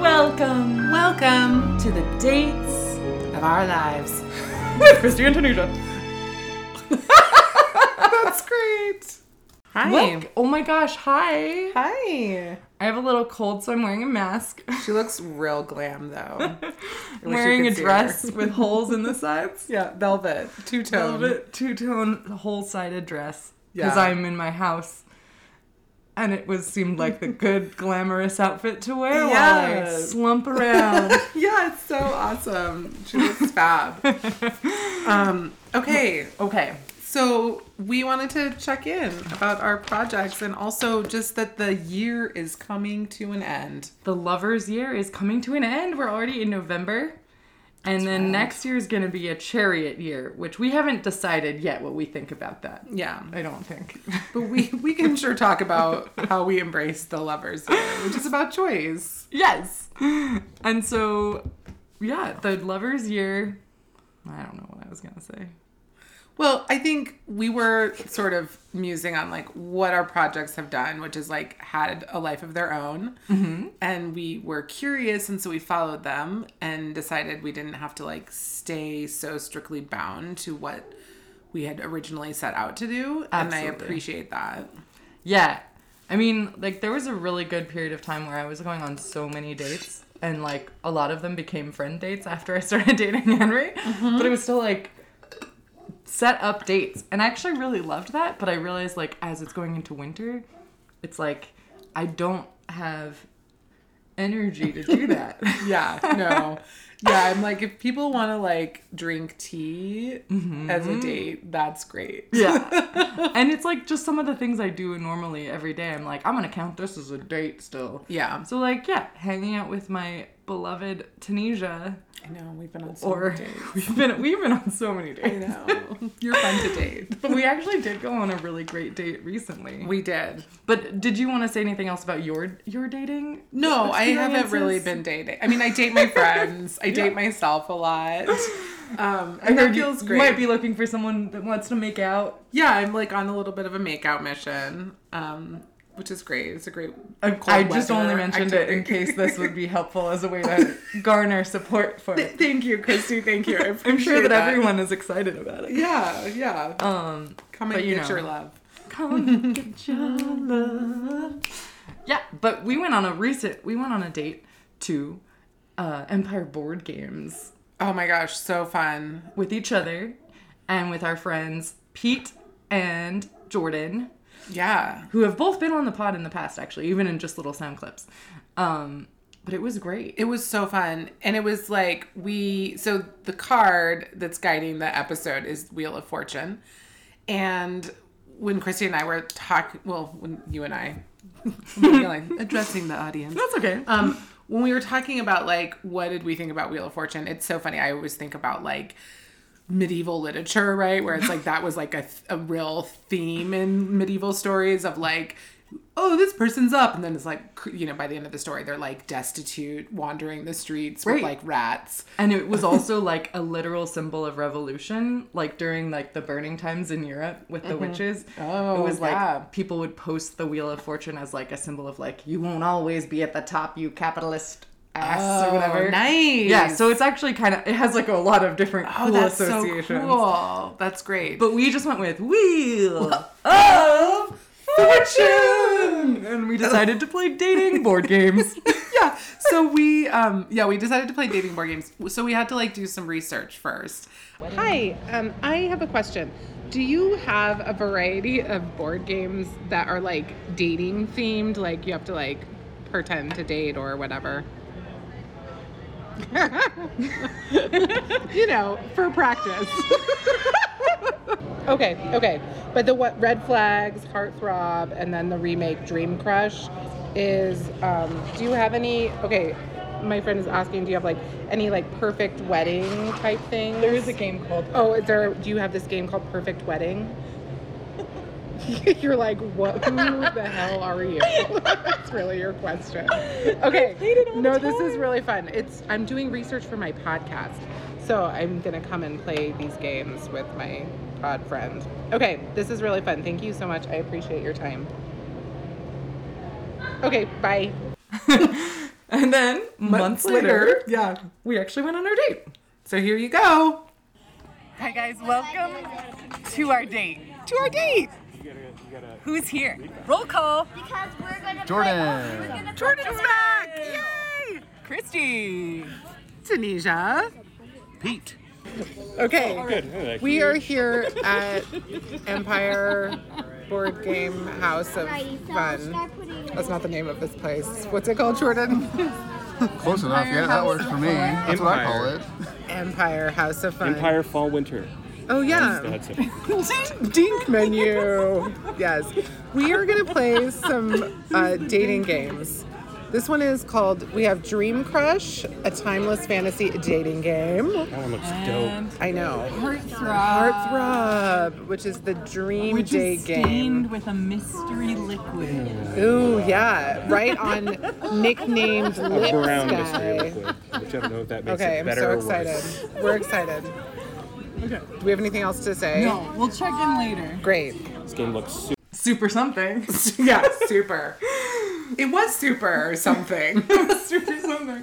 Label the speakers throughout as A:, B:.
A: Welcome
B: Welcome
A: to the dates
B: of our lives.
A: with Christy and Tanisha.
B: That's great. Hi.
A: Welc- Oh my gosh, hi.
B: Hi.
A: I have a little cold, so I'm wearing a mask.
B: She looks real glam though.
A: I'm wearing a
B: could see her.
A: dress with holes in the sides.
B: yeah, velvet, two tone.
A: Velvet two tone, whole sided dress. Because
B: Yeah.
A: I'm in my house. And it was seemed like the good glamorous outfit to wear while I
B: Yes.
A: slump around.
B: Yeah, it's so awesome. She looks fab. um, okay,
A: okay.
B: so we wanted to check in about our projects and also just that the year is coming to an end.
A: the lovers year is coming to an end. We're already in November. And then next year is going to be a chariot year, which we haven't decided yet what we think about that.
B: Yeah,
A: I don't think.
B: but we we can sure talk about how we embrace the lovers, year, which is about choice.
A: yes. And so, yeah, the lovers year. I don't know what I was going to say.
B: Well, I think we were sort of musing on like what our projects have done, which is like had a life of their own. Mm-hmm. And we were curious. And so we followed them and decided we didn't have to like stay so strictly bound to what we had originally set out to do. And I
A: Absolutely.
B: appreciate that.
A: Yeah. I mean, like, there was a really good period of time where I was going on so many dates, and like, a lot of them became friend dates after I started dating Henry. But it was still like set up dates. And I actually really loved that, but I realized, like, as it's going into winter, it's like I don't have energy to do that.
B: Yeah, no. Yeah, I'm like, if people want to like drink tea as a date, that's great.
A: yeah. And it's like just some of the things I do normally every day. I'm like, I'm going to count this as a date still.
B: Yeah.
A: So, like, yeah, hanging out with my beloved Tunisia.
B: I know, we've been on so many
A: or
B: dates.
A: we've been we've been on so many
B: I
A: dates.
B: know. You're fun to date.
A: But we actually did go on a really great date recently.
B: We did.
A: but did you want to say anything else about your your dating?
B: No, I haven't
A: experiences?
B: really been dating. I mean, I date my friends. I date myself a lot. Um,
A: I
B: and that
A: heard you,
B: feels
A: you
B: great.
A: might be looking for someone that wants to make out.
B: yeah, I'm like on a little bit of a makeout mission, um, which is great. It's a great.
A: I just
B: weather
A: only mentioned it in
B: activity.
A: case this would be helpful as a way to garner support for it.
B: Thank you, Christy. Thank you. I
A: I'm sure
B: appreciate
A: that, everyone is excited about it.
B: Yeah, yeah.
A: Um,
B: Come
A: but
B: and
A: you
B: get
A: know.
B: your love.
A: Come get your love. Yeah, but we went on a recent. We went on a date to uh, Empire Board Games
B: Oh my gosh, so fun.
A: with each other and with our friends Pete and Jordan,
B: Yeah.
A: who have both been on the pod in the past, actually, even in just little sound clips. Um, but it was great.
B: It was so fun. And it was like we so the card that's guiding the episode is Wheel of Fortune. And when Christy and I were talking well, when you and I feeling, addressing the audience.
A: That's okay.
B: Um when we were talking about like what did we think about Wheel of Fortune, it's so funny. I always think about like medieval literature, right? Where it's like that was like a, th- a real theme in medieval stories of like, oh, this person's up. And then it's like, c- you know, by the end of the story, they're like destitute, wandering the streets
A: Right.
B: with like rats.
A: and it was also like a literal symbol of revolution like during like the burning times in europe with the witches
B: Oh,
A: it was
B: yeah.
A: like people would post the wheel of fortune as like a symbol of like you won't always be at the top you capitalist ass or whatever
B: nice.
A: yeah so it's actually kind of it has like a lot of different
B: oh,
A: cool
B: that's so
A: associations
B: cool. That's great.
A: but we just went with wheel of fortune and we decided to play dating board games
B: yeah. So we, um, yeah, we decided to play dating board games. So we had to like do some research first. Hi, um, I have a question. Do you have a variety of board games that are like dating themed? Like you have to like pretend to date or whatever. you know, for practice. okay, okay. But the what red flags, heartthrob, and then the remake Dream Crush is um do you have any okay, my friend is asking do you have like any like perfect wedding type thing?
A: there is a game called
B: Oh, is there do you have this game called Perfect Wedding? You're like, what who the hell are you? That's really your question. Okay.
A: played it all
B: no,
A: the
B: this is
A: time.
B: really fun. It's I'm doing research for my podcast. So I'm gonna come and play these games with my pod friend. Okay, this is really fun. Thank you so much. I appreciate your time. Okay, bye.
A: And then months later,
B: yeah.
A: we actually went on our date.
B: So here you go.
C: Hi guys, welcome to our date. To our date. Who's here? Roll call.
D: Because we're gonna
E: Jordan.
D: Play, gonna
C: Jordan's back. Yay! Christy.
B: Tunisia.
E: Pete.
B: Oh, Okay. We are here at Empire Board Game House of
D: Alrighty, so I'll
B: Fun.
D: start putting
B: That's not the name of this place. What's it called, Jordan?
E: Close enough. Yeah, that works for me. That's what I call it.
B: Empire House of Fun.
F: Empire Fall Winter.
B: Oh
F: Go
B: yeah.
F: ahead, Sophie.
B: Dink menu. Yes. We are gonna play some uh, dating games. This one is called We Have Dream Crush, a timeless fantasy dating game.
F: That one looks dope.
B: I know. Heartthrob, which is the dream day game.
C: with a mystery liquid.
B: Ooh, yeah, right on nicknamed
F: A
B: Lip
F: brown mystery
B: Sky.
F: liquid, which I don't know if that makes
B: Okay,
F: it
B: I'm
F: better
B: so
F: or worse.
B: excited. We're excited. Do we have anything else to say?
C: No, we'll check in later.
B: Great.
F: This game looks super.
A: Super something.
B: yeah, super. It was super or something.
A: super something.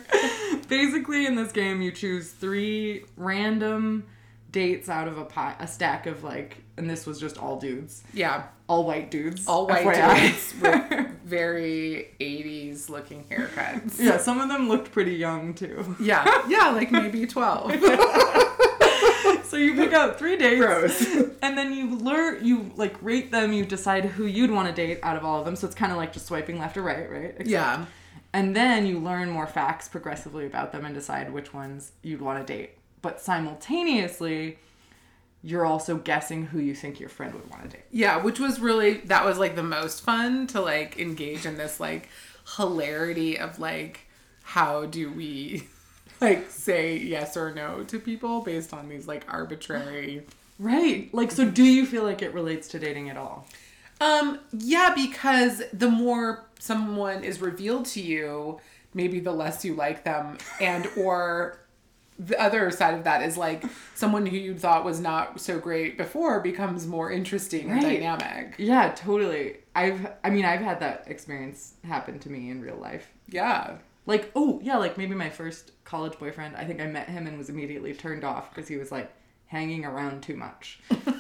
A: Basically, in this game, you choose three random dates out of a pie, a stack of like, and this was just all dudes,
B: yeah,
A: all white dudes,
B: all white
A: FYI.
B: dudes with very 80s looking haircuts.
A: Yeah, some of them looked pretty young too.
B: Yeah, yeah, like maybe 12.
A: So you pick out three dates,
B: Gross.
A: and then you learn, you like rate them. You decide who you'd want to date out of all of them. So it's kind of like just swiping left or right, right? Except-
B: Yeah.
A: And then you learn more facts progressively about them and decide which ones you'd want to date. But simultaneously, you're also guessing who you think your friend would want to date.
B: Yeah, which was really that was like the most fun to like engage in this like hilarity of like how do we like say yes or no to people based on these like arbitrary
A: Right. Like, so do you feel like it relates to dating at all?
B: Um yeah, because the more someone is revealed to you, maybe the less you like them and or the other side of that is like someone who you thought was not so great before becomes more interesting and
A: Right.
B: dynamic.
A: Yeah, totally. I've, I mean, I've had that experience happen to me in real life.
B: Yeah.
A: Like, oh, yeah, like maybe my first college boyfriend, I think I met him and was immediately turned off because he was like hanging around too much. and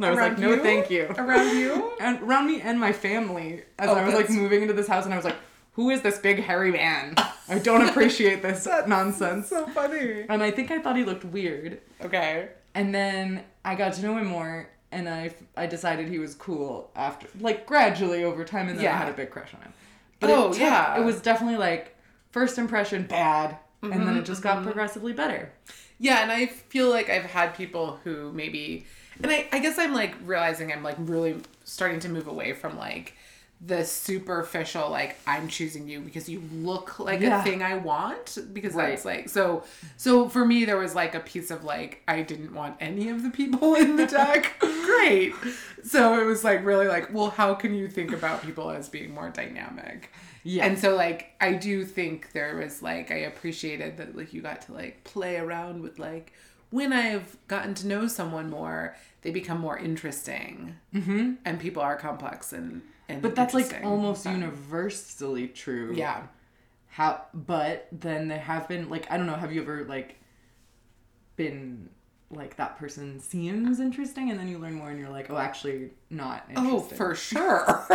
A: I was like,
B: Around
A: no,
B: you?
A: thank you.
B: Around you?
A: and around me and my family as
B: Oh,
A: I was like
B: that's-
A: moving into this house, and I was like, "Who is this big hairy man? I don't appreciate this nonsense."
B: so funny.
A: And I think I thought he looked weird,
B: Okay.
A: and then I got to know him more, and I I decided he was cool after, like gradually over time, and then I
B: Yeah.
A: had a big crush on him. But
B: Oh,
A: it took-
B: yeah.
A: it was definitely like first impression bad, and
B: Mm-hmm,
A: then it just got progressively better.
B: Yeah, and I feel like I've had people who maybe, and I, I guess I'm like realizing I'm like really starting to move away from like the superficial, like I'm choosing you because you look like
A: Yeah.
B: a thing I want. Because
A: Right.
B: that's like, so, so for me, there was like a piece of like, I didn't want any of the people in the deck. Great. So it was like really like, well, how can you think about people as being more dynamic?
A: Yeah.
B: And so like I do think there was like I appreciated that like you got to like play around with like when I've gotten to know someone more, they become more interesting. Mm-hmm. And people are complex and and
A: But that's like
B: interesting.
A: almost
B: So-
A: universally true.
B: Yeah.
A: How? But then there have been like I don't know. Have you ever like been like that person seems interesting, and then you learn more, and you're like, oh, actually not. Interesting.
B: Oh, for sure.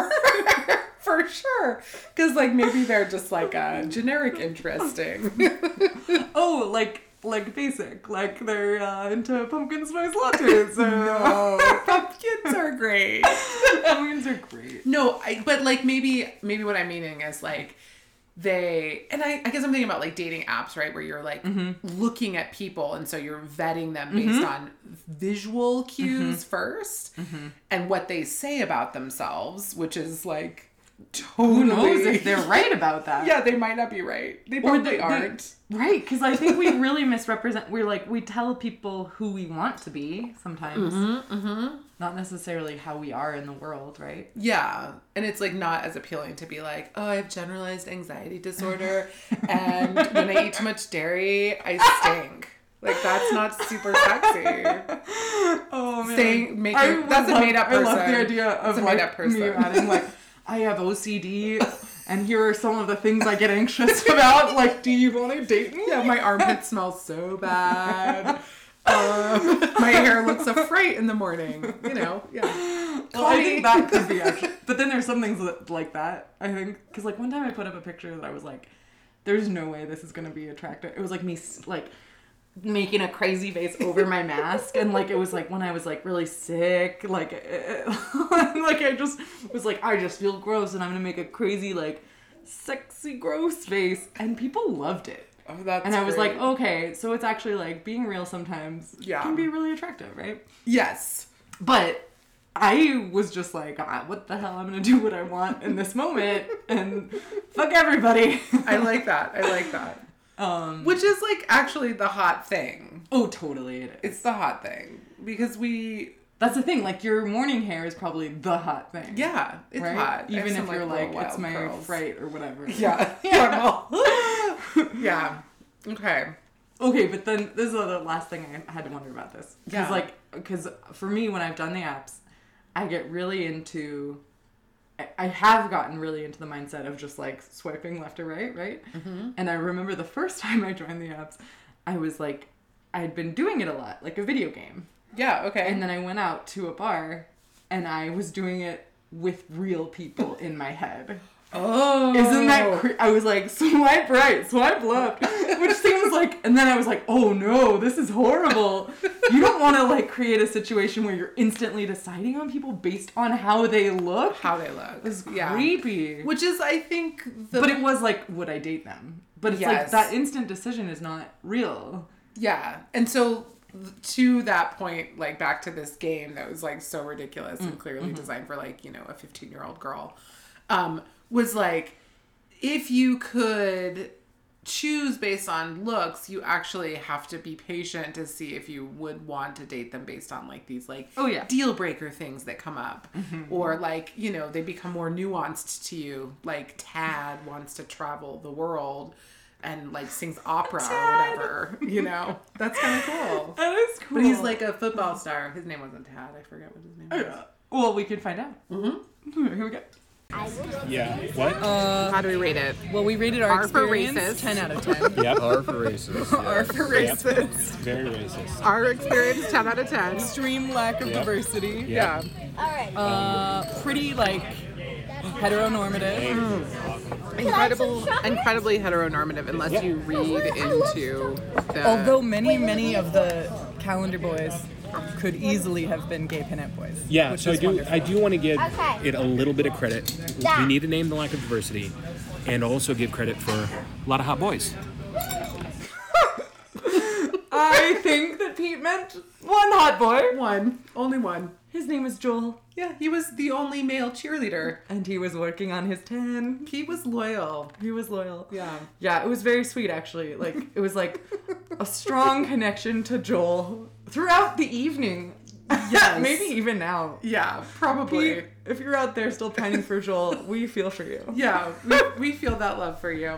B: for sure. Cuz like maybe they're just like a generic interesting.
A: Oh, like like basic, like they're uh, into pumpkin spice lattes. no.
B: Pumpkins are great.
A: pumpkins are great.
B: No, I, but like maybe maybe what I'm meaning is like they and I, I guess I'm thinking about like dating apps, right? Where you're like
A: Mm-hmm.
B: looking at people and so you're vetting them based on visual
A: Mm-hmm.
B: cues 1st and what they say about themselves, which is like totally
A: Who knows if they're right about that?
B: Yeah, they might not be right. They
A: Or
B: probably
A: they- they-
B: aren't.
A: right, because I think we really misrepresent. We're like we tell people who we want to be sometimes,
B: Mm-hmm,
A: not necessarily how we are in the world, right?
B: Yeah. And it's like not as appealing to be like, oh, I have generalized anxiety disorder and when I eat too much dairy, I stink. Like that's not super sexy.
A: Oh man,
B: Saying make
A: would
B: that's a
A: love-
B: made up
A: I
B: person.
A: love the idea of
B: It's a
A: like
B: made-up person.
A: me adding like I have OCD and here are some of the things I get anxious about. Like, do you want to date me?
B: Yeah, my armpit smells so bad. Um, my hair looks a fright in the morning. You know, yeah.
A: Well, I think that could be actually. But then there's some things that, like that, I think. Because, like, one time I put up a picture that I was like, there's no way this is going to be attractive. It was like me, s- like, making a crazy face over my mask. And, like, it was like when I was, like, really sick. Like, eh, like I just was like, I just feel gross and I'm going to make a crazy, like, sexy, gross face. And people loved it.
B: Oh, that's
A: And I was
B: great.
A: like, okay, so it's actually like being real sometimes
B: Yeah.
A: can be really attractive, right?
B: yes.
A: But I was just like, ah, what the hell? I'm gonna do what I want in this moment and fuck everybody.
B: I like that. I like that.
A: Um,
B: Which is like actually the hot thing.
A: oh, totally. It is.
B: It's the hot thing because we
A: That's the thing. Like your morning hair is probably the hot thing.
B: yeah, it's
A: right.
B: hot. I have
A: Even
B: some,
A: if you're
B: little
A: like, it's
B: wild
A: my
B: curls.
A: fright or whatever.
B: Yeah.
A: yeah.
B: Yeah. Okay.
A: Okay, but then this is the last thing I had to wonder about this. Because,
B: Yeah.
A: like, because for me, when I've done the apps, I get really into. I- I have gotten really into the mindset of just like swiping left or right, right? And I remember the first time I joined the apps, I was like, I had been doing it a lot, like a video game.
B: Yeah. Okay.
A: And then I went out to a bar and I was doing it with real people in my head.
B: oh,
A: Isn't that? Cre- I was like, swipe right, swipe left, which seems like. And then I was like, oh no, this is horrible. You don't want to like create a situation where you're instantly deciding on people based on how they look.
B: how they look?
A: It's creepy.
B: Which is, I think, the
A: but it was like, would I date them? But it's like
B: Yes.
A: that instant decision is not real.
B: Yeah. And so to that point, like back to this game that was like so ridiculous
A: Mm,
B: and clearly
A: mm-hmm.
B: designed for like, you know, a 15 year old girl, um, was like, if you could choose based on looks, you actually have to be patient to see if you would want to date them based on like these like
A: Oh, yeah.
B: deal breaker things that come up. Or like, you know, they become more nuanced to you. Like Tad wants to travel the world and like sings opera or whatever. You know? That's kinda cool. Oh,
A: That is cool.
B: But he's like a football star. His name wasn't Tad, I forget what his name was.
A: well, we could find out. Mm-hmm. Here we go.
F: Yeah. What?
B: How do we rate it?
C: Well, we rated our
B: R for
C: experience
B: racist.
C: 10 out of 10.
F: yep.
E: R for racist.
C: R for racist.
F: Very racist.
B: Our experience, ten out of ten.
C: Extreme lack of
F: Yeah.
C: diversity.
F: Yeah.
C: Uh, pretty, like, heteronormative.
B: Incredible, incredibly heteronormative, unless you read into the.
C: Although many, many of the calendar boys could easily have been gay pinup boys.
F: Yeah,
C: which
F: so I
C: is
F: do
C: wonderful.
F: I do want to give
D: Okay.
F: it a little bit of credit.
D: Yeah.
F: We need to name the lack of diversity and also give credit for a lot of hot boys.
B: Uh,
A: I think that Pete meant one hot boy.
B: one, only one.
A: His name is Joel,
B: Yeah, he was the only male cheerleader.
A: and he was working on his tan.
B: He was loyal.
A: He was loyal.
B: Yeah.
A: Yeah, it was very sweet actually. Like it was like a strong connection to Joel throughout the evening. Yeah,
B: Yes.
A: maybe even now.
B: Yeah,
A: Pete,
B: probably.
A: if you're out there still pining for Joel, we feel for you.
B: Yeah, we, we feel that love for you.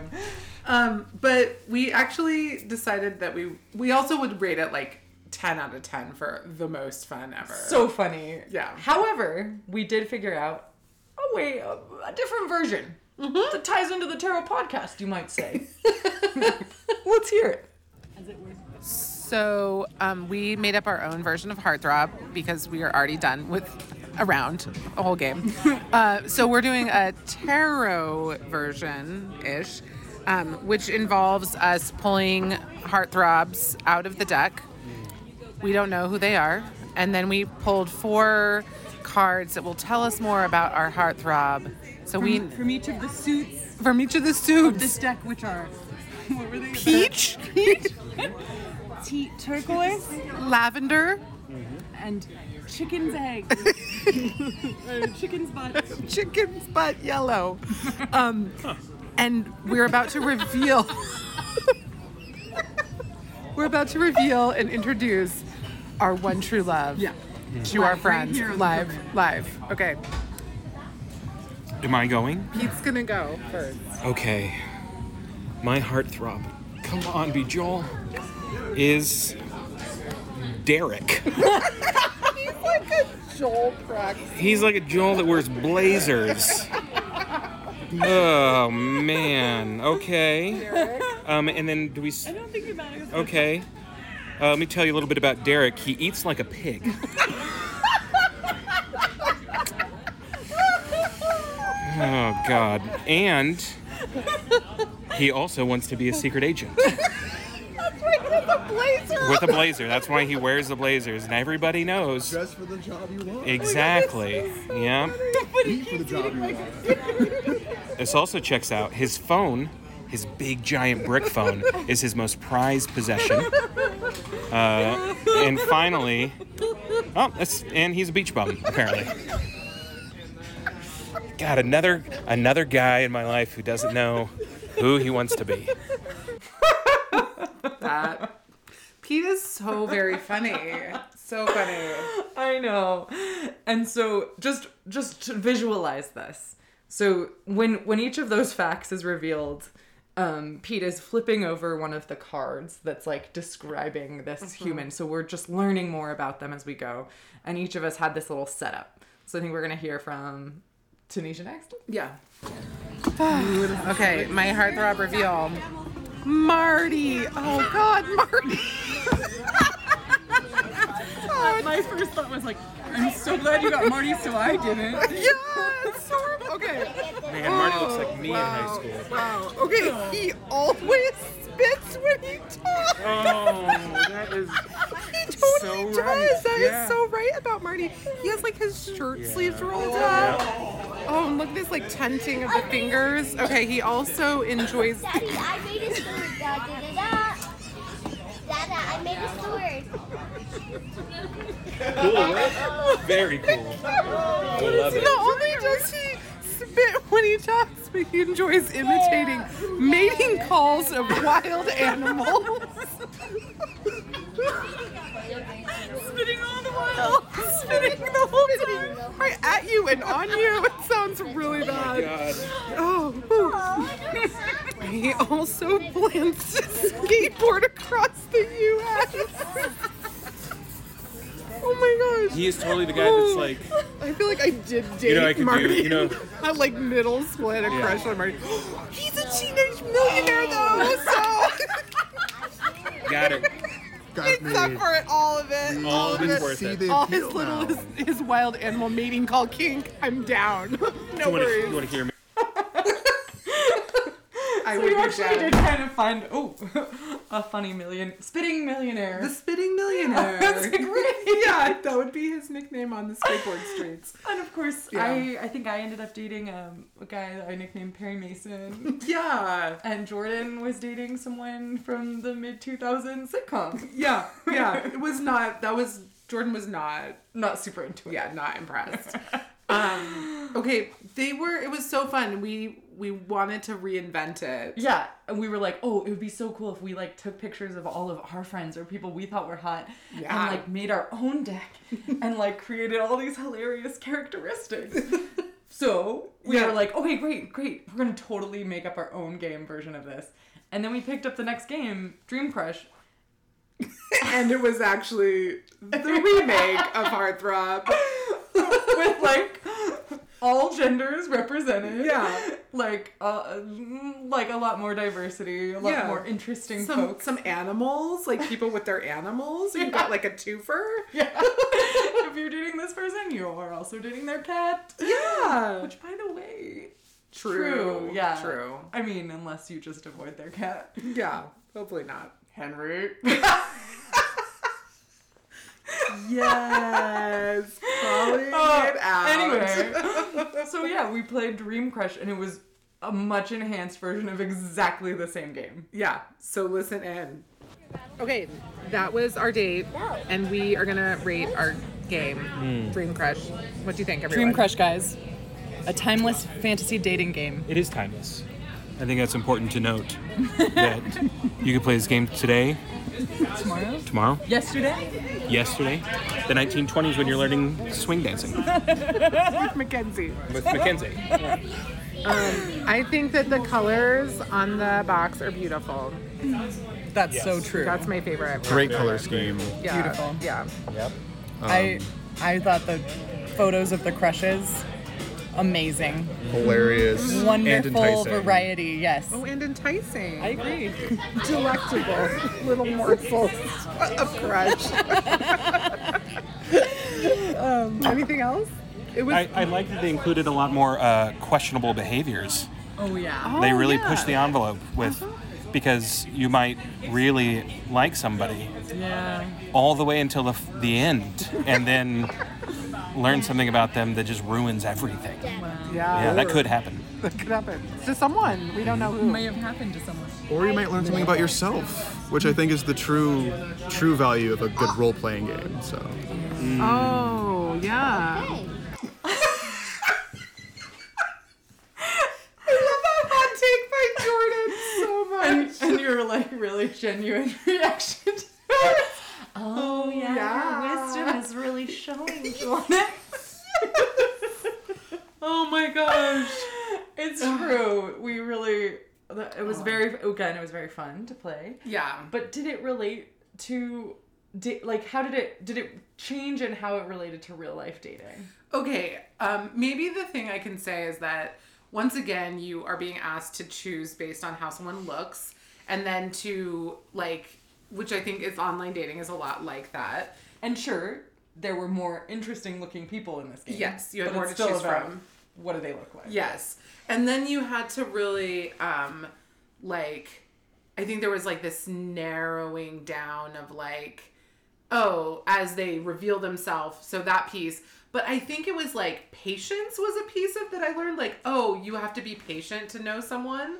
B: Um, but we actually decided that we we also would rate it like ten out of ten for the most fun ever.
A: So funny.
B: Yeah.
A: However, we did figure out a way, a, a different version
B: Mm-hmm.
A: that ties into the tarot podcast, you might say. Let's hear it.
B: So um, we made up our own version of Heartthrob because we are already done with a round, a whole game. uh, so we're doing a tarot version ish, um, which involves us pulling Heartthrobs out of the deck. We don't know who they are. And then we pulled four cards that will tell us more about our Heartthrob. So we,
C: From each of the suits
B: from each of the
C: of
B: suits,
C: this deck, which are, what were they?
B: peach,
C: Tea, turquoise
B: lavender,
C: and chicken's egg. Uh, chicken's butt.
B: chicken's butt yellow. Um, And we're about to reveal. we're about to reveal and introduce our one true love. Yeah. To our friends, live, live. Okay,
F: Am I going?
B: Pete's gonna go first.
F: Okay. My heartthrob. Come on, be Joel. Is Derek.
B: He's like a Joel Prax.
F: He's like a Joel that wears blazers. Oh man. Okay. Um, and then do we? s-
D: don't think it matters.
F: Okay. Uh, let me tell you a little bit about Derek. He eats like a pig. oh God. And he also wants to be a secret agent
D: That's right, with a blazer.
F: with a blazer. That's why he wears the blazers, and everybody knows
E: Dress for the job you want.
F: exactly. Yeah.
E: Eat for the job you want.
F: This also checks out. His phone, his big giant brick phone, is his most prized possession. Uh, and finally, oh, that's and he's a beach bum apparently. God, another another guy in my life who doesn't know who he wants to be.
B: That Pete is so very funny. So funny.
A: I know. And so just just to visualize this. So when when each of those facts is revealed, um, Pete is flipping over one of the cards that's like describing this human. So we're just learning more about them as we go. And each of us had this little setup. So I think we're gonna hear from Tanisha next.
B: Yeah. okay, my heartthrob reveal. Marty. Oh God, Marty.
D: My first thought was like, I'm so glad you got Marty, so I didn't.
B: Yes. Sor- Okay.
F: Man, Marty looks like me in high school.
B: Wow. Okay. He always spits when he talks.
F: Oh, that is
B: He totally
F: So right.
B: does. That is
F: Yeah.
B: so right about Marty. He has like his shirt sleeves rolled up. Oh, and look at this like tenting of the fingers. Okay, he also enjoys.
G: Daddy, I made a sword. Da, da, da, da. Dada, I made a sword.
F: very cool. I love it.
B: Not only does he spit when he talks, but he enjoys imitating mating calls of wild animals. Spitting all the while. Spitting the whole time. Right at you and on you. It sounds really bad.
F: God.
B: Oh. he also plans to skateboard across the U.S. oh my gosh.
F: He is totally the guy that's like,
B: I feel like I did date
F: you know, I could
B: Marty.
F: do, you know.
B: At like middle school, I had a
F: Yeah.
B: crush on Marty. He's a teenage millionaire though, so
F: Got it.
E: Got me.
B: it's up for it, all of it.
F: All of it's
E: You
F: worth
E: see
F: it.
E: the
B: All
E: appeal
B: his little
E: now.
B: his, his wild animal mating call kink. I'm down. no
F: You want to
B: worries.
F: you wanna hear me?
B: I
A: So
B: would
A: you
B: be
A: actually
B: down.
A: did kind of find oh a funny million spitting millionaire.
B: The spitting millionaire.
A: That's great.
B: yeah, that would be his nickname on the skateboard streets.
A: And of course,
B: Yeah.
A: I, I think I ended up dating um, a guy that I nicknamed Perry Mason.
B: Yeah.
A: and Jordan was dating someone from the mid 2000s sitcom.
B: Yeah. Yeah. It was not that was Jordan was not
A: Not super into it.
B: yeah, not impressed. um okay, they were it was so fun. We we wanted to reinvent it.
A: Yeah, and we were like, oh, it would be so cool if we like took pictures of all of our friends or people we thought were hot,
B: Yeah.
A: and like made our own deck and like created all these hilarious characteristics. so we
B: Yeah.
A: were like, okay, great, great, we're gonna totally make up our own game version of this. And then we picked up the next game, Dream Crush,
B: And it was actually the remake of Heartthrob.
A: with like all genders represented.
B: Yeah.
A: Like uh, mm, like a lot more diversity, a lot
B: Yeah.
A: more interesting
B: Some
A: folks.
B: some animals, like people with their animals. You got like a twofer.
A: Yeah. if you're dating this person, you are also dating their cat.
B: Yeah.
A: Which by the way,
B: True.
A: Yeah.
B: True.
A: I mean, unless you just avoid their cat.
B: Yeah. Hopefully not.
A: Henry.
B: Yes. Calling it out.
A: Oh, Uh, anyway. so yeah, we played Dream Crush and it was a much enhanced version of exactly the same game.
B: Yeah. So listen in. Okay, that was our date, and we are gonna rate our game, Dream Crush. What do you think, everyone?
A: guys. A timeless fantasy dating game.
F: It is timeless. I think that's important to note that you could play this game today,
A: Tomorrow?
F: tomorrow,
A: Yesterday?
F: yesterday, the 1920s when you're learning swing dancing
B: Mackenzie.
F: with Mackenzie.
B: I think that the colors on the box are beautiful.
A: That's so true.
B: That's my favorite.
E: Great color scheme.
B: Yeah.
A: Beautiful.
B: Yeah.
A: I I thought the photos of the crushes
C: amazing.
H: Hilarious. and
C: Wonderful
H: enticing.
C: variety, yes.
B: Oh, and enticing.
D: I agree.
B: Delectable little morsels of crunch. um, anything else? It was.
F: I, I like that they included a lot more uh, questionable behaviors.
D: Oh yeah.
F: they
B: Oh,
F: really
B: yeah. Uh-huh.
F: push the envelope with because you might really like somebody
D: Yeah.
F: all the way until the, f- the end and then learn something about them that just ruins everything.
B: yeah,
F: Yeah, that could happen.
B: that could happen to someone. We don't know who.
D: May have happened to someone.
H: Or you might learn something about yourself, which I think is the true true value of a good role playing game. So
B: Oh, yeah.
G: Hey.
A: And, and your like really genuine reaction to it. Oh yeah, your wisdom is really showing, Jordan.
D: Oh my gosh.
A: it's true. We really. It was very again. It was very fun to play.
B: Yeah.
A: But did it relate to, da- like, how did it did it change in how it related to real life dating?
B: Okay, um, maybe the thing I can say is that once again, you are being asked to choose based on how someone looks, and then to like, which I think is online dating is a lot like that.
A: And sure, there were more interesting looking people in this game.
B: Yes, you had
A: but
B: more
A: it's
B: to
A: still
B: choose
A: about
B: from.
A: What do they look like?
B: Yes, and then you had to really, um, like, I think there was like this narrowing down of like, oh, as they reveal themselves. So that piece. But I think it was like patience was a piece of that I learned. Like, oh, you have to be patient to know someone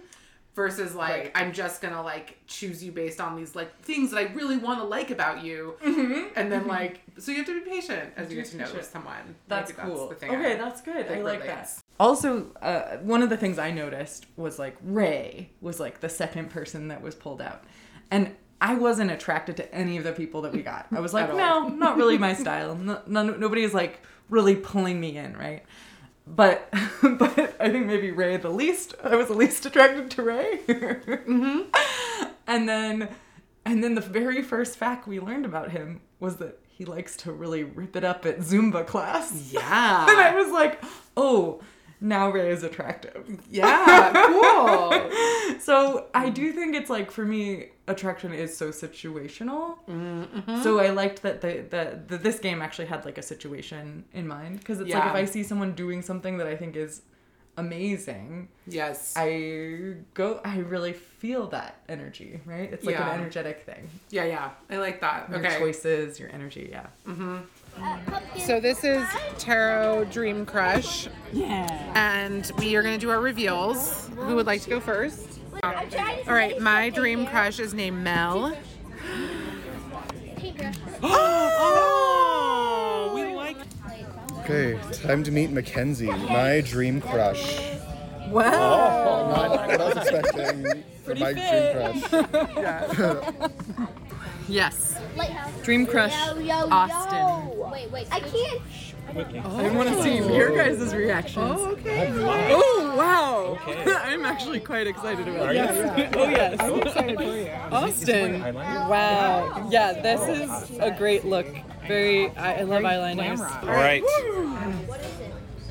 B: versus like, I'm just going to like choose you based on these like things that I really want to like about you.
A: Mm-hmm.
B: And then like, so you have to be patient as you get to know someone.
A: That's
B: Maybe
A: cool.
B: the thing
A: okay,
B: I-
A: that's good.
B: that
A: I like
B: relates.
A: that. Also, uh, one of the things I noticed was like Ray was like the second person that was pulled out, and I wasn't attracted to any of the people that we got. I was like, no, not really my style. No, none, nobody is like really pulling me in, right? But but I think maybe Ray the least. I was the least attracted to Ray. Mm-hmm. And then and then the very first fact we learned about him was that he likes to really rip it up at Zumba class.
B: Yeah.
A: And I was like, oh, now Ray is attractive.
B: Yeah, cool.
A: So I do think it's like for me, attraction is so situational.
B: Mm-hmm.
A: So I liked that the, the, the this game actually had like a situation in mind because it's like
B: Yeah.
A: if I see someone doing something that I think is amazing,
B: yes.
A: I go, I really feel that energy, right? It's like
B: Yeah.
A: an energetic thing.
B: yeah, yeah. I like that.
A: Your
B: okay.
A: choices, your energy, yeah.
G: uh,
B: So this is Tarot Dream Crush. Yeah. And we are going to do our reveals. Who would like to go first?
G: I'm trying to
B: All right,
G: say
B: my
G: something
B: dream
G: here.
B: crush is named Mel.
G: Pink girl.
F: oh, we like
H: okay, time to meet Mackenzie, my dream crush.
A: Wow.
H: Not what I was expecting. but my dream crush.
C: Yes.
G: Lighthouse.
C: Dream crush.
G: Yo, yo,
C: Austin.
G: yo. Wait, wait. I can't.
C: I want to see your guys' reactions. Oh, okay. Oh, wow. I'm actually quite excited about this. Oh, yes. I'm excited for you. Austin. Wow. Yeah, this is a great look. Very, I, I love eyeliners.
F: All right.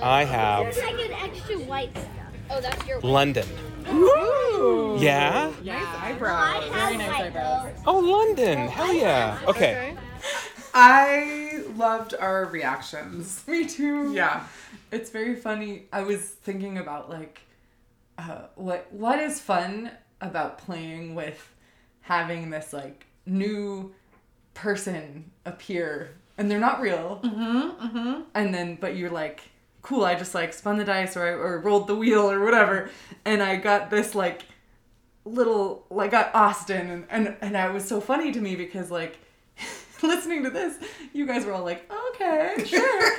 F: I have
G: I get extra white stuff. Oh, that's your.
F: London. Yeah?
G: I have white though.
F: Oh, London. Hell yeah. Okay.
B: I loved our reactions.
A: Me too.
B: Yeah.
A: It's very funny. I was thinking about like uh, what what is fun about playing with having this like new person appear and they're not real. Mm-hmm. Mm-hmm. And then but you're like, cool, I just like spun the dice or I or rolled the wheel or whatever, and I got this like little like I Austin and and, and I was so funny to me because like listening to this, you guys were all like, okay, sure.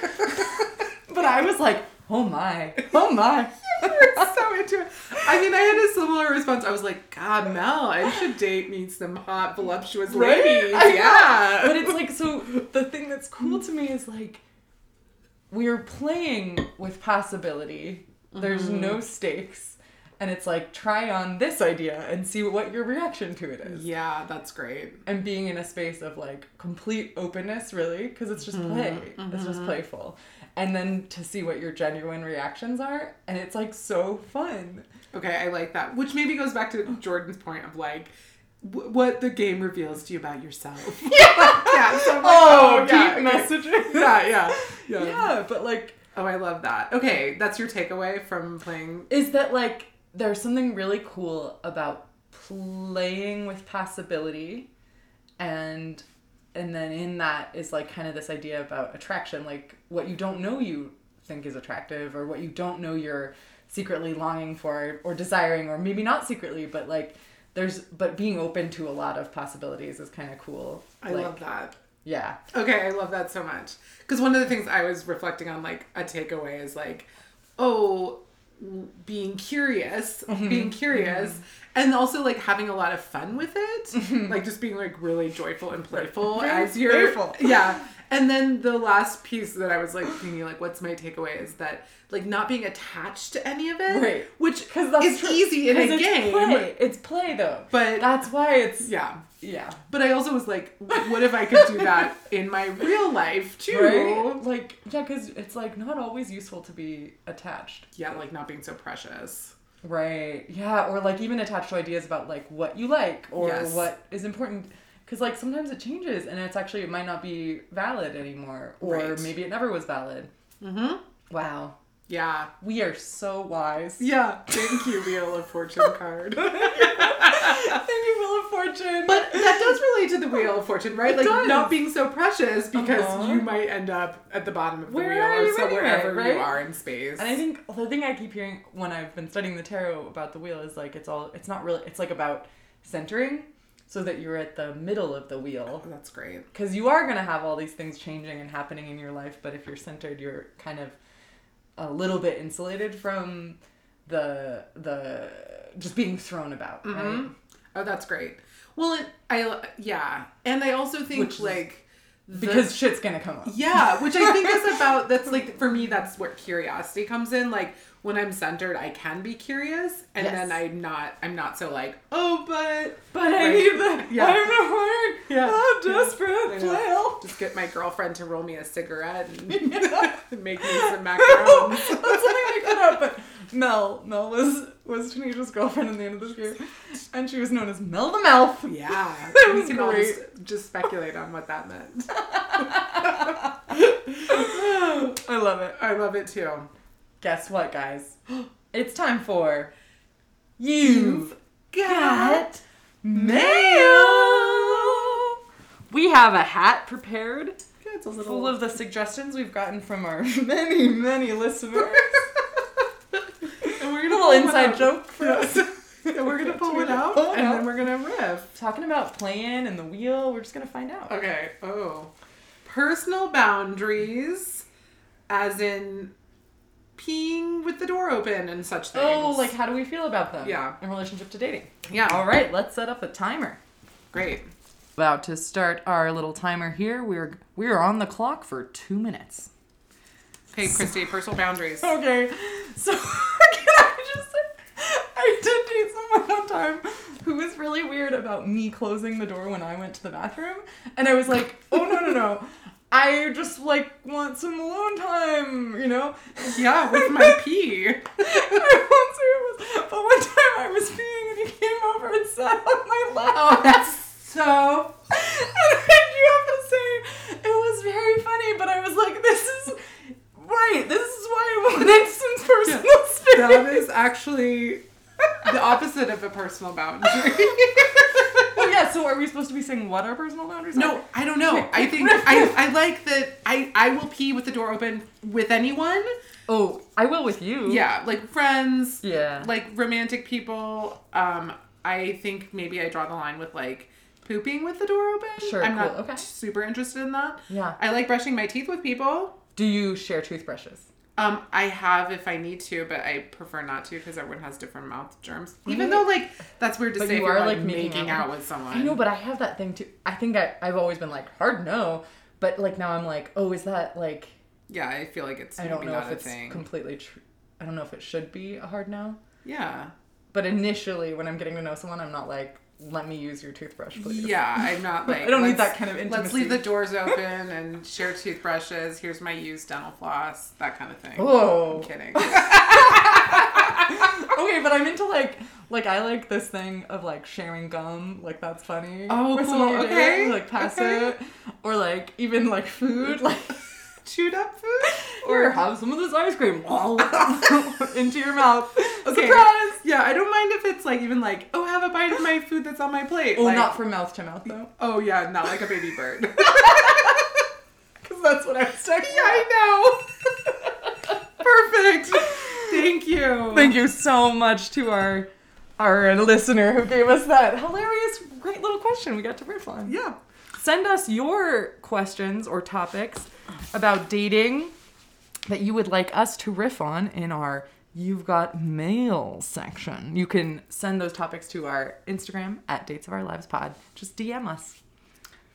A: but I was like, oh my, oh my.
B: so into it. I mean, I had a similar response. I was like, God, Mel, I should date me some hot, voluptuous
A: Right?
B: ladies.
A: I know.
B: Yeah.
A: But it's like so the thing that's cool to me is like we're playing with possibility. There's
B: Mm-hmm.
A: no stakes. And it's like try on this idea and see what your reaction to it is.
B: yeah, that's great.
A: and
B: Mm-hmm.
A: being in a space of like complete openness really because it's just play it's just playful and then to see what your genuine reactions are. And it's like so fun.
B: Okay, I like that. Which maybe goes back to Jordan's point of like, w- what the game reveals to you about yourself. Yeah, so I'm like,
A: Oh,
B: yeah, okay.
A: deep messaging.
B: yeah, yeah, yeah,
A: yeah, but like
B: Oh, I love that. Okay, that's your takeaway from playing.
A: is that like there's something really cool about playing with passability and and then in that is like kind of this idea about attraction like what you don't know you think is attractive or what you don't know you're secretly longing for or desiring or maybe not secretly but like there's but being open to a lot of possibilities is kind of cool
B: I
A: like
B: love that.
A: yeah
B: Okay, I love that so much. Because one of the things I was reflecting on, like a takeaway, is like, oh, w- being curious,
A: Mm-hmm.
B: being curious, and also like having a lot of fun with it,
A: Mm-hmm.
B: like just being like really joyful and playful as you're,
A: playful.
B: yeah. And then the last piece that I was like thinking, like, what's my takeaway is that like not being attached to any of it,
A: Right.
B: Which
A: because that's
B: is
A: true.
B: easy in
A: 'Cause
B: a
A: it's
B: game,
A: play. it's play though
B: But-
A: that's why it's
B: yeah.
A: yeah
B: But I also was like, what if I could do that in my real life too?
A: right? Like, yeah, because it's like not always useful to be attached,
B: Yeah, like not being so precious.
A: right? Yeah, or like even attached to ideas about like what you like or
B: Yes.
A: what is important, because like sometimes it changes and it's actually it might not be valid anymore, or
B: Right.
A: maybe it never was valid. Mm-hmm. Wow,
B: Yeah.
A: we are so wise.
B: Yeah. Thank you, Wheel of Fortune card.
A: Thank you, Wheel of Fortune.
B: But that does relate to the Wheel of Fortune, right? like
A: does.
B: not being so precious because
A: Uh-huh.
B: you might end up at the bottom of the
A: Where
B: wheel
A: are
B: or
A: you
B: so
A: anyway,
B: wherever
A: right?
B: you are in space.
A: And I think the thing I keep hearing when I've been studying the tarot about the wheel is like it's all it's not really it's like about centering so that you're at the middle of the wheel
B: Oh, that's great.
A: because you are going to have all these things changing and happening in your life but if you're centered you're kind of a little bit insulated from the the just being thrown about right
B: Oh, that's great. Well, it, I yeah, and I also think
A: Which is-
B: like the-
A: because shit's going to come up
B: Yeah, which I think is about that's like for me that's where curiosity comes in. Like when I'm centered, I can be curious, and
A: Yes.
B: then I'm not. I'm not so like oh, but
A: but i
B: Right.
A: need the
B: Yeah.
A: i'm not work
B: Yeah.
A: i'm
B: Yeah.
A: desperate
B: know.
A: Well.
B: just get my girlfriend to roll me a cigarette and make me some macarons.
A: That's something we put up, but Mel, Mel was was Tanisha's girlfriend in the end of this year, and she was known as Mel the Mouth.
B: Yeah,
A: That
B: we
A: was
B: can all
A: great.
B: Just, just speculate on what that meant.
A: I love it.
B: I love it too.
A: Guess what, guys? It's time for you've got mail. We have a hat prepared,
B: Yeah, it's a
A: full
B: little.
A: of the suggestions we've gotten from our many, many listeners.
B: and we're
A: A
B: gonna
A: little
B: pull one
A: inside
B: out.
A: joke for us.
B: And we're gonna pull
A: We're
B: it
A: gonna
B: out,
A: pull it
B: and
A: out.
B: then we're gonna riff.
A: Talking about playing and the wheel, we're just gonna find out.
B: Okay. Oh. Personal boundaries, as in peeing with the door open and such things.
A: Oh, like how do we feel about them?
B: Yeah.
A: In relationship to dating.
B: yeah. oh,
A: All right, let's set up a timer.
B: Great.
A: About to start our little timer here. We're we're on the clock for two minutes.
B: Hey, Christy. Personal boundaries.
A: Okay. So can I just say I did date someone one time who was really weird about me closing the door when I went to the bathroom. And I was like, oh no no no. I just like want some alone time, you know?
B: Yeah, with my pee.
A: I won't say it was, but one time I was peeing and he came over and sat on my lap.
B: Oh, that's so.
A: and then you have to say it was very funny, but I was like, this is right. This is why I wanted some personal space.
B: That is actually the opposite of a personal boundary.
A: Well, Oh, yeah. So are we supposed to be saying what our personal boundaries are?
B: No, I don't know. I think I, I like that. I I will pee with the door open with anyone.
A: Oh, I will with you.
B: Yeah, like friends.
A: Yeah.
B: like romantic people. Um, I think maybe I draw the line with like pooping with the door open.
A: Sure,
B: I'm not
A: cool, okay.
B: super interested in that.
A: Yeah.
B: I like brushing my teeth with people.
A: Do you share toothbrushes?
B: Um, I have if I need to, but I prefer not to because everyone has different mouth germs. Even though like that's weird to
A: But
B: say
A: you
B: if you're
A: are,
B: like,
A: like,
B: making,
A: making
B: out
A: out
B: with someone.
A: I know, but I have that thing too. I think I, I've always been like hard no, but like now I'm like, oh, is that like
B: yeah, I feel like it's
A: I don't
B: maybe
A: know
B: not
A: if
B: a
A: it's
B: thing.
A: completely true. I don't know if it should be a hard no.
B: yeah.
A: But initially, when I'm getting to know someone, I'm not like, let me use your toothbrush, please.
B: Yeah, I'm not like
A: I don't need
B: let's-
A: that kind of
B: Let's leave
A: intimacy.
B: the doors open and share toothbrushes. Here's my used dental floss, that kind of thing.
A: Whoa.
B: I'm kidding.
A: Okay, but I'm into like like I like this thing of like sharing gum, like that's funny.
B: Oh,
A: with
B: cool.
A: someone you date,
B: Okay.
A: you, Like pass
B: Okay.
A: it, or like even like food, like
B: Chewed up food?
A: or have some of this ice cream into your mouth.
B: Okay.
A: Surprise!
B: Yeah, I don't mind if it's like even like, oh, have a bite of my food that's on my plate.
A: Well,
B: like,
A: not from mouth to mouth though,
B: Oh yeah, not like a baby bird.
A: because that's what I was talking
B: Yeah, I know. Perfect. Thank you.
A: Thank you so much to our our listener who gave us that hilarious, great little question we got to riff on.
B: Yeah.
A: Send us your questions or topics about dating that you would like us to riff on in our You've Got Mail section. You can send those topics to our Instagram at Dates of Our Lives Pod. Just DM us.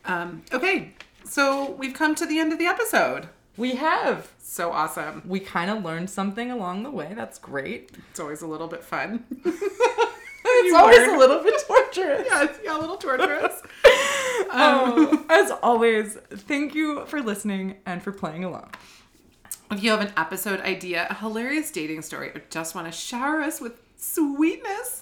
B: Um, okay, so we've come to the end of the episode.
A: We have.
B: So awesome.
A: We kind of learned something along the way. That's great.
B: It's always a little bit fun.
A: It's always a little bit torturous.
B: yeah, it's yeah, a little torturous.
A: Oh, as always, thank you for listening and for playing along.
B: If you have an episode idea, a hilarious dating story, or just want to shower us with sweetness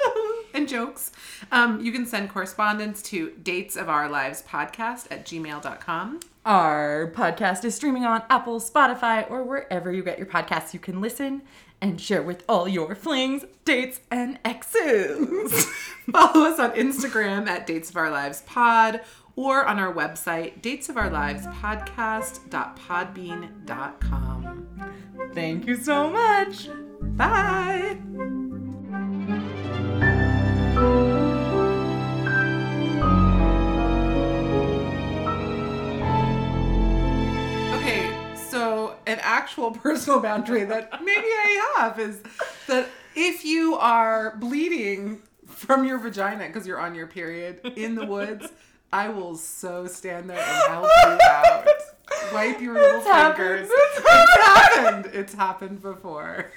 B: and jokes, um, you can send correspondence to dates of our lives podcast at gmail.com.
A: Our podcast is streaming on Apple, Spotify, or wherever you get your podcasts. You can listen and share with all your flings, dates, and exes.
B: Follow us on Instagram at Dates of Our Lives Pod or on our website, Dates of Our Lives Podcast.podbean.com.
A: thank you so much.
B: Bye. Okay, so an actual personal boundary that maybe I have is that if you are bleeding from your vagina because you're on your period in the woods, I will so stand there and help you out. Wipe your little
A: happened.
B: fingers. It's happened. It's happened before.